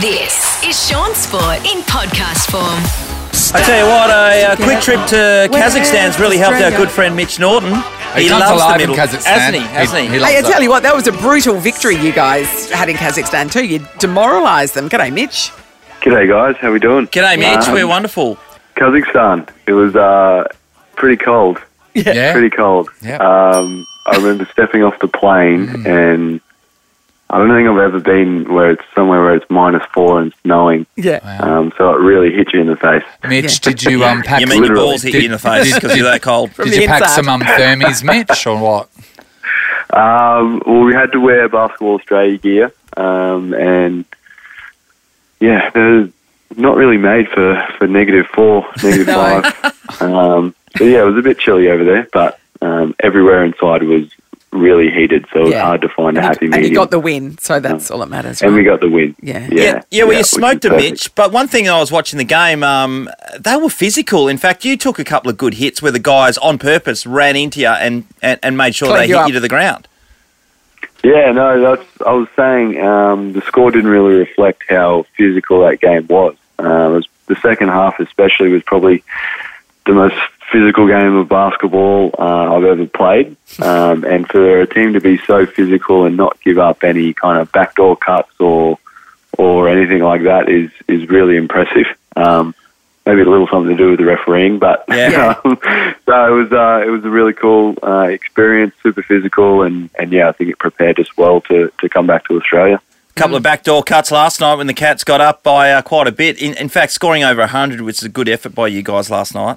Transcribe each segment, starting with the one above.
This is Sean Sport in podcast form. I tell you what, a uh, quick Yeah. trip to Kazakhstan's really helped our good friend Mitch Norton. He, comes loves the alive in middle, Kazakhstan. hasn't he? Hasn't he? He- he Hey, I Loves tell it. you what, that was a brutal victory you guys had in Kazakhstan too. You demoralised them. G'day, Mitch. G'day guys, how we doing? G'day, Mitch. Um, We're wonderful. Kazakhstan. It was uh, pretty cold. Yeah. Pretty cold. Yeah. Um, I remember stepping off the plane, and I don't think I've ever been where it's somewhere where it's minus four and snowing. Yeah. Um, so it really hit you in the face. Mitch, did you um, pack You mean your literally. balls hit you in the face because you're that cold? From Did you the pack inside. some um, thermies, Mitch, or what? Um, well, we had to wear basketball Australia gear, um, and yeah, they're not really made for for negative four, negative No. five. Um, but yeah, it was a bit chilly over there, but um, everywhere inside was really heated, so it was Yeah. hard to find a And happy you, medium. and you got the win, so that's all that matters. And we right? got the win. Yeah. yeah, Yeah, yeah, well, you which smoked is a perfect. Mitch, but one thing I was watching the game, um, they were physical. In fact, you took a couple of good hits where the guys on purpose ran into you and, and, and made sure Cleaned they you hit up. you to the ground. Yeah, no, that's. I was saying um, the score didn't really reflect how physical that game was. Uh, it was. The second half, especially, was probably the most physical game of basketball uh, I've ever played. Um, and for a team to be so physical and not give up any kind of backdoor cuts or or anything like that is is really impressive. Um, maybe a little something to do with the refereeing, but Yeah. um, so it was uh, it was a really cool uh, experience, super physical, and, and yeah, I think it prepared us well to, to come back to Australia. couple of backdoor cuts last night when the Cats got up by uh, quite a bit. In, in fact, scoring over 100, which is a good effort by you guys last night.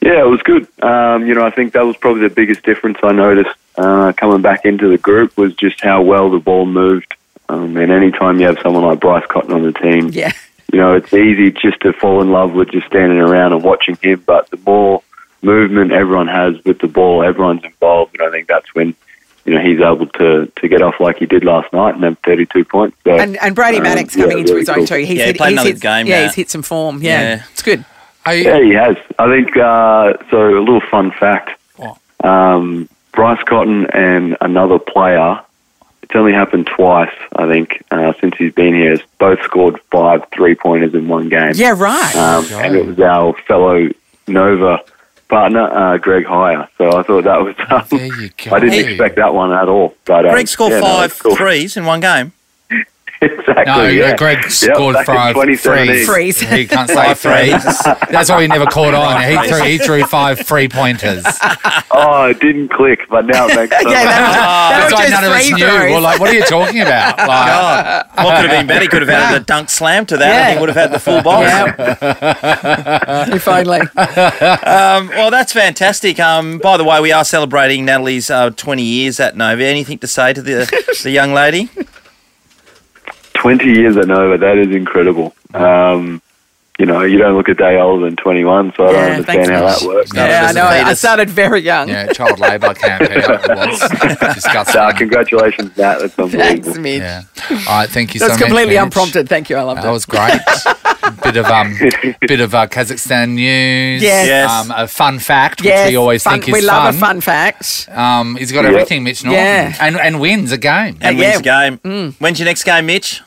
Yeah, it was good. Um, you know, I think that was probably the biggest difference I noticed uh, coming back into the group was just how well the ball moved. Um, and any time you have someone like Bryce Cotton on the team, Yeah. you know, it's easy just to fall in love with just standing around and watching him. But the more movement everyone has with the ball, everyone's involved, and I think that's when you know he's able to to get off like he did last night and have 32 points. So, And, and Brady um, Maddox yeah, coming into really his own cool. too. He's Yeah, he hit, played he's another hit- game Yeah, now. he's hit some form. Yeah, Yeah. it's good. Yeah, Hey, he has. I think uh, so. A little fun fact: What? um, Bryce Cotton and another player. It's only happened twice, I think, uh, since he's been here. Has both scored five three pointers in one game. Yeah, right. um, Right. and it was our fellow Nova partner, uh, Greg Hire. So I thought that was. Um, there you go. I didn't expect that one at all. But um, Greg scored yeah, no, five it's cool. threes in one game. exactly. No, yeah. Greg Yep, scored back in five 2017. threes. Threes. He can't say Five threes. threes. That's why we never caught on. He threw, he threw five three pointers. Oh, it didn't click, but now it makes. so yeah, much that was, that That's why was none of just us three knew. throws. We're like, what are you talking about? Like, God, Oh, what could have been better? He could have added a dunk slam to that, and Yeah. he would have had the full box. yeah. if only. Um, well, that's fantastic. Um, by the way, we are celebrating Natalie's uh, 20 years at Nova. Anything to say to the, the young lady? 20 years at Nova, that is incredible. Um, you know, you don't look a day older than 21, so I Yeah, don't understand thanks, how that Mitch. works. No, Yeah, I doesn't know. hate I us. started very young. yeah, child labour campaign. It was disgusting. Uh, congratulations, Nat. That's Thanks, unbelievable. Mitch. Yeah. All right, thank you That so was much. completely Mitch. unprompted. Thank you. I loved That it. was great. bit of um, bit of uh, Kazakhstan news. Yes. Yes. Um, a fun fact, Yes, which we always fun- think is we love fun. a fun fact. Um, he's got Yep. everything, Mitch Norton, Yeah. and and wins a game. And Uh, Yeah. wins Mm. the game. When's your next game, Mitch?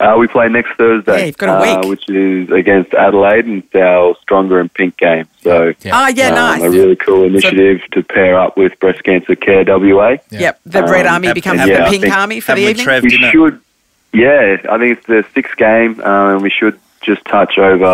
Uh, we play next Thursday, Yeah, you've got a uh, week. which is against Adelaide, and it's our stronger and pink game. So, Yeah. Ah, yeah, um, nice. a really cool initiative to pair up with Breast Cancer Care WA. Yeah. Yep, the Red Um, Army and- becomes and yeah, the I Pink think- Army for and the with evening. Trev, We didn't it? should, yeah, I think it's the sixth game, um, and we should just touch over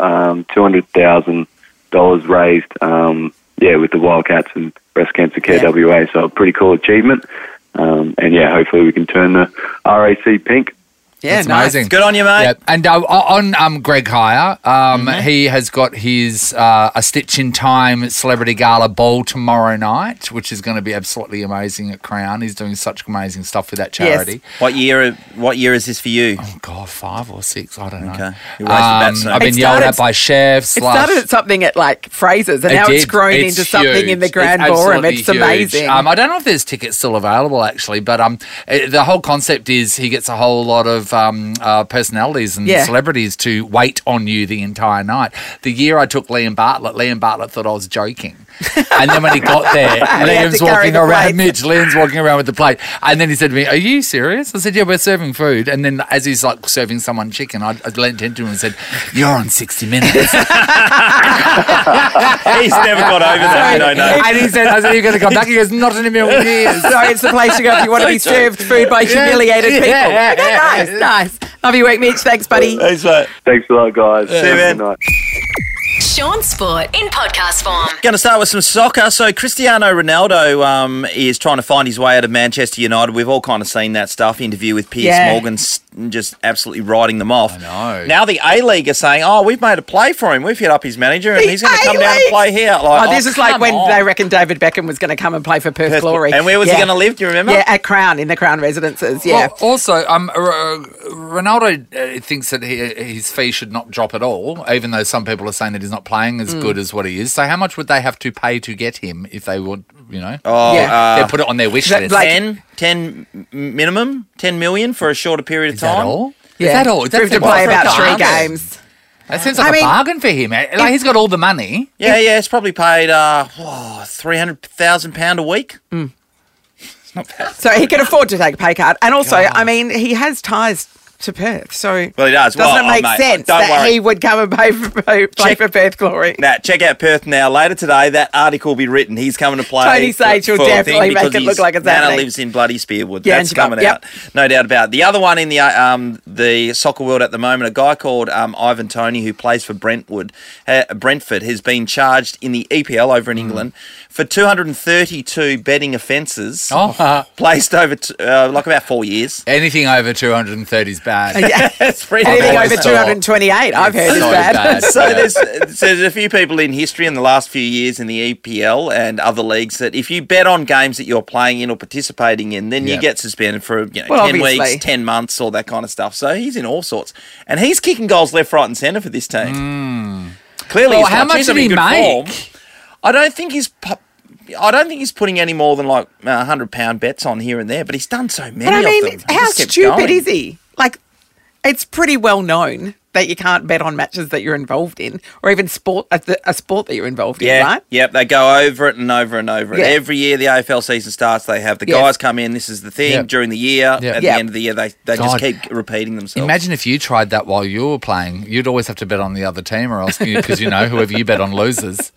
um, two hundred thousand dollars raised, um, yeah, with the Wildcats and Breast Cancer Care Yeah. WA. So a pretty cool achievement, um, and yeah, hopefully we can turn the RAC pink. yeah, That's nice. amazing. Good on you, mate. Yeah. And uh, on um, Greg Heyer, um, Mm-hmm. he has got his uh, A Stitch in Time Celebrity Gala Ball tomorrow night, which is going to be absolutely amazing at Crown. He's doing such amazing stuff with that Yes. charity. What year? What year is this for you? Oh, God, five or six, I don't know. Um, Okay. You're wasting that soon. I've been It yelled started- at by chefs. It last- started at something at like Fraser's, and It now it's did. grown It's into something huge. in the Grand It's Ballroom. absolutely It's amazing. huge. Um, I don't know if there's tickets still available actually, but um, eh, the whole concept is he gets a whole lot of um, uh, personalities and Yeah. celebrities to wait on you the entire night. The year I took Liam Bartlett, Liam Bartlett thought I was joking. And then when he got there, Liam's to carry walking the around, plates. Mitch, Liam's walking around with the plate. And then he said to me, Are you serious? I said, Yeah, we're serving food. And then as he's like serving someone chicken, I, I leant into him and said, You're on 60 Minutes. He's never got over that. No, no. And he said, I said, You're going to come back? He goes, Not in a million years. So it's the place to go if you want to be served food by Yeah. humiliated Yeah, people. yeah, Oh, Okay, yeah. Nice, nice. Love your work, Mitch. Thanks, buddy. He's like, Thanks a lot, guys. you, man. Good night. Sean Sport in podcast form. Going to start with some soccer. So Cristiano Ronaldo um, is trying to find his way out of Manchester United. We've all kind of seen that stuff. Interview with Piers Yeah. Morgan, s- just absolutely riding them off. know. Now the A League are saying, "Oh, we've made a play for him. We've hit up his manager, and The he's going to come down and A-League? play here." Like, Oh, this is like come when on. they reckon David Beckham was going to come and play for Perth, Perth- Glory. And where was Yeah. he going to live? Do you remember? Yeah, at Crown, in the Crown residences. Yeah. Well, also, um, R- R- Ronaldo uh, thinks that he, his fee should not drop at all, even though some people are saying that he's not playing as good as what he is. So, how much would they have to pay to get him if they would, you know? Oh, Yeah. uh, they put it on their wish that list. like- 10, 10 m- minimum, 10 million for a shorter period of is time. that all? yeah. Is that all? For him to seems play like a about three bargain. games. That seems like I a mean, bargain for him. Like, he's got all the money. Yeah, yeah, it's probably paid uh, whoa, £300,000 a week. So he can afford to take a pay cut. And also, I mean, he has ties to Perth. So Well, he does. doesn't Well, it oh, make mate, sense don't that worry. he would come and pay for, play Check- for Perth Glory? Now, check out Perth Now. Later today, that article will be written. He's coming to play. Tony Sage will for a thing definitely make because it look his like it's Nana happening. lives in bloody Spearwood. Yeah, That's and Jabal. coming Yep. out. No doubt about it. The other one in the uh, um, the soccer world at the moment, a guy called um, Ivan Tony, who plays for Brentwood, uh, Brentford, has been charged in the EPL over in Hmm. England for 232 betting offences Oh, placed over t- uh, like about four years. anything over 230 is bad. That's pretty Anything I've nice. always over thought- 228, I've heard, is So bad. So Yeah. there's, so there's a few people in history in the last few years in the EPL and other leagues that if you bet on games that you're playing in or participating in, then Yeah. you get suspended for you know, Well, ten obviously. weeks, ten months, all that kind of stuff. So he's in all sorts, and he's kicking goals left, right, and centre for this team. Clearly, Well, he's how not- much he's did in he good make? form. I don't think he's. pu- I don't think he's putting any more than like uh, hundred pound bets on here and there, but he's done so many. But I of mean, them. He how just kept stupid going. is he? Like, it's pretty well known that you can't bet on matches that you're involved in, or even sport a, a sport that you're involved in, Yeah, right? yep. They go over it and over and over it. Yeah. Every year the AFL season starts, they have the Yes. guys come in. This is the thing Yep. during the year. Yep. At Yep. the end of the year, they, they God. just keep repeating themselves. Imagine if you tried that while you were playing. You'd always have to bet on the other team, or else because you know whoever you bet on loses.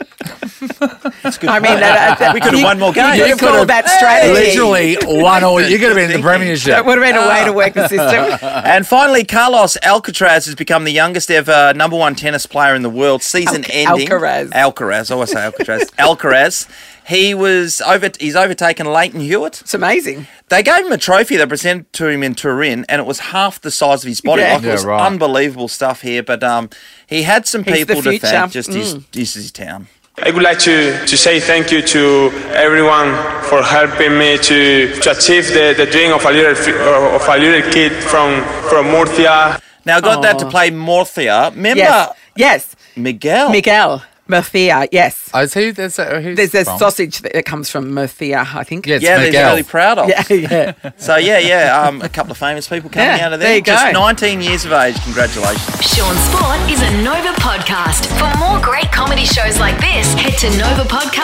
I mean, that, uh, that, we could have you- won more games. You could have called that strategy. Literally one all. You could have been in the That Premiership. would have been a way to work the system. And finally, Carlos Alcaraz has become the youngest ever number one tennis player in the world. Season Al- ending. Alcaraz. Alcaraz. I always say Alcaraz. Alcaraz. He was over. He's overtaken Leighton Hewitt. It's amazing. They gave him a trophy they presented to him in Turin, and it was half the size of his body. Yeah. Like, it Yeah, was right. unbelievable stuff here. But um, he had some He's the people to future. Mm. thank. Just his, this is his town. I would like to, to say thank you to everyone for helping me to, to achieve the, the dream of a little fi- uh, of a little kid from from Murcia. Now got that to play Morthia. Remember Yes. Yes. Miguel? Miguel Murcia. Yes. I see. There's a, who's There's a from? sausage that that comes from Murcia, I think. Yeah, it's Yeah, that he's Miguel. really proud of. Yeah. yeah. So yeah, yeah, um, a couple of famous people coming Yeah, out of there. there you Just go. 19 years of age. Congratulations. Sean Sport is a Nova podcast. For more great comedy shows like this, head to novapodcast.com.au.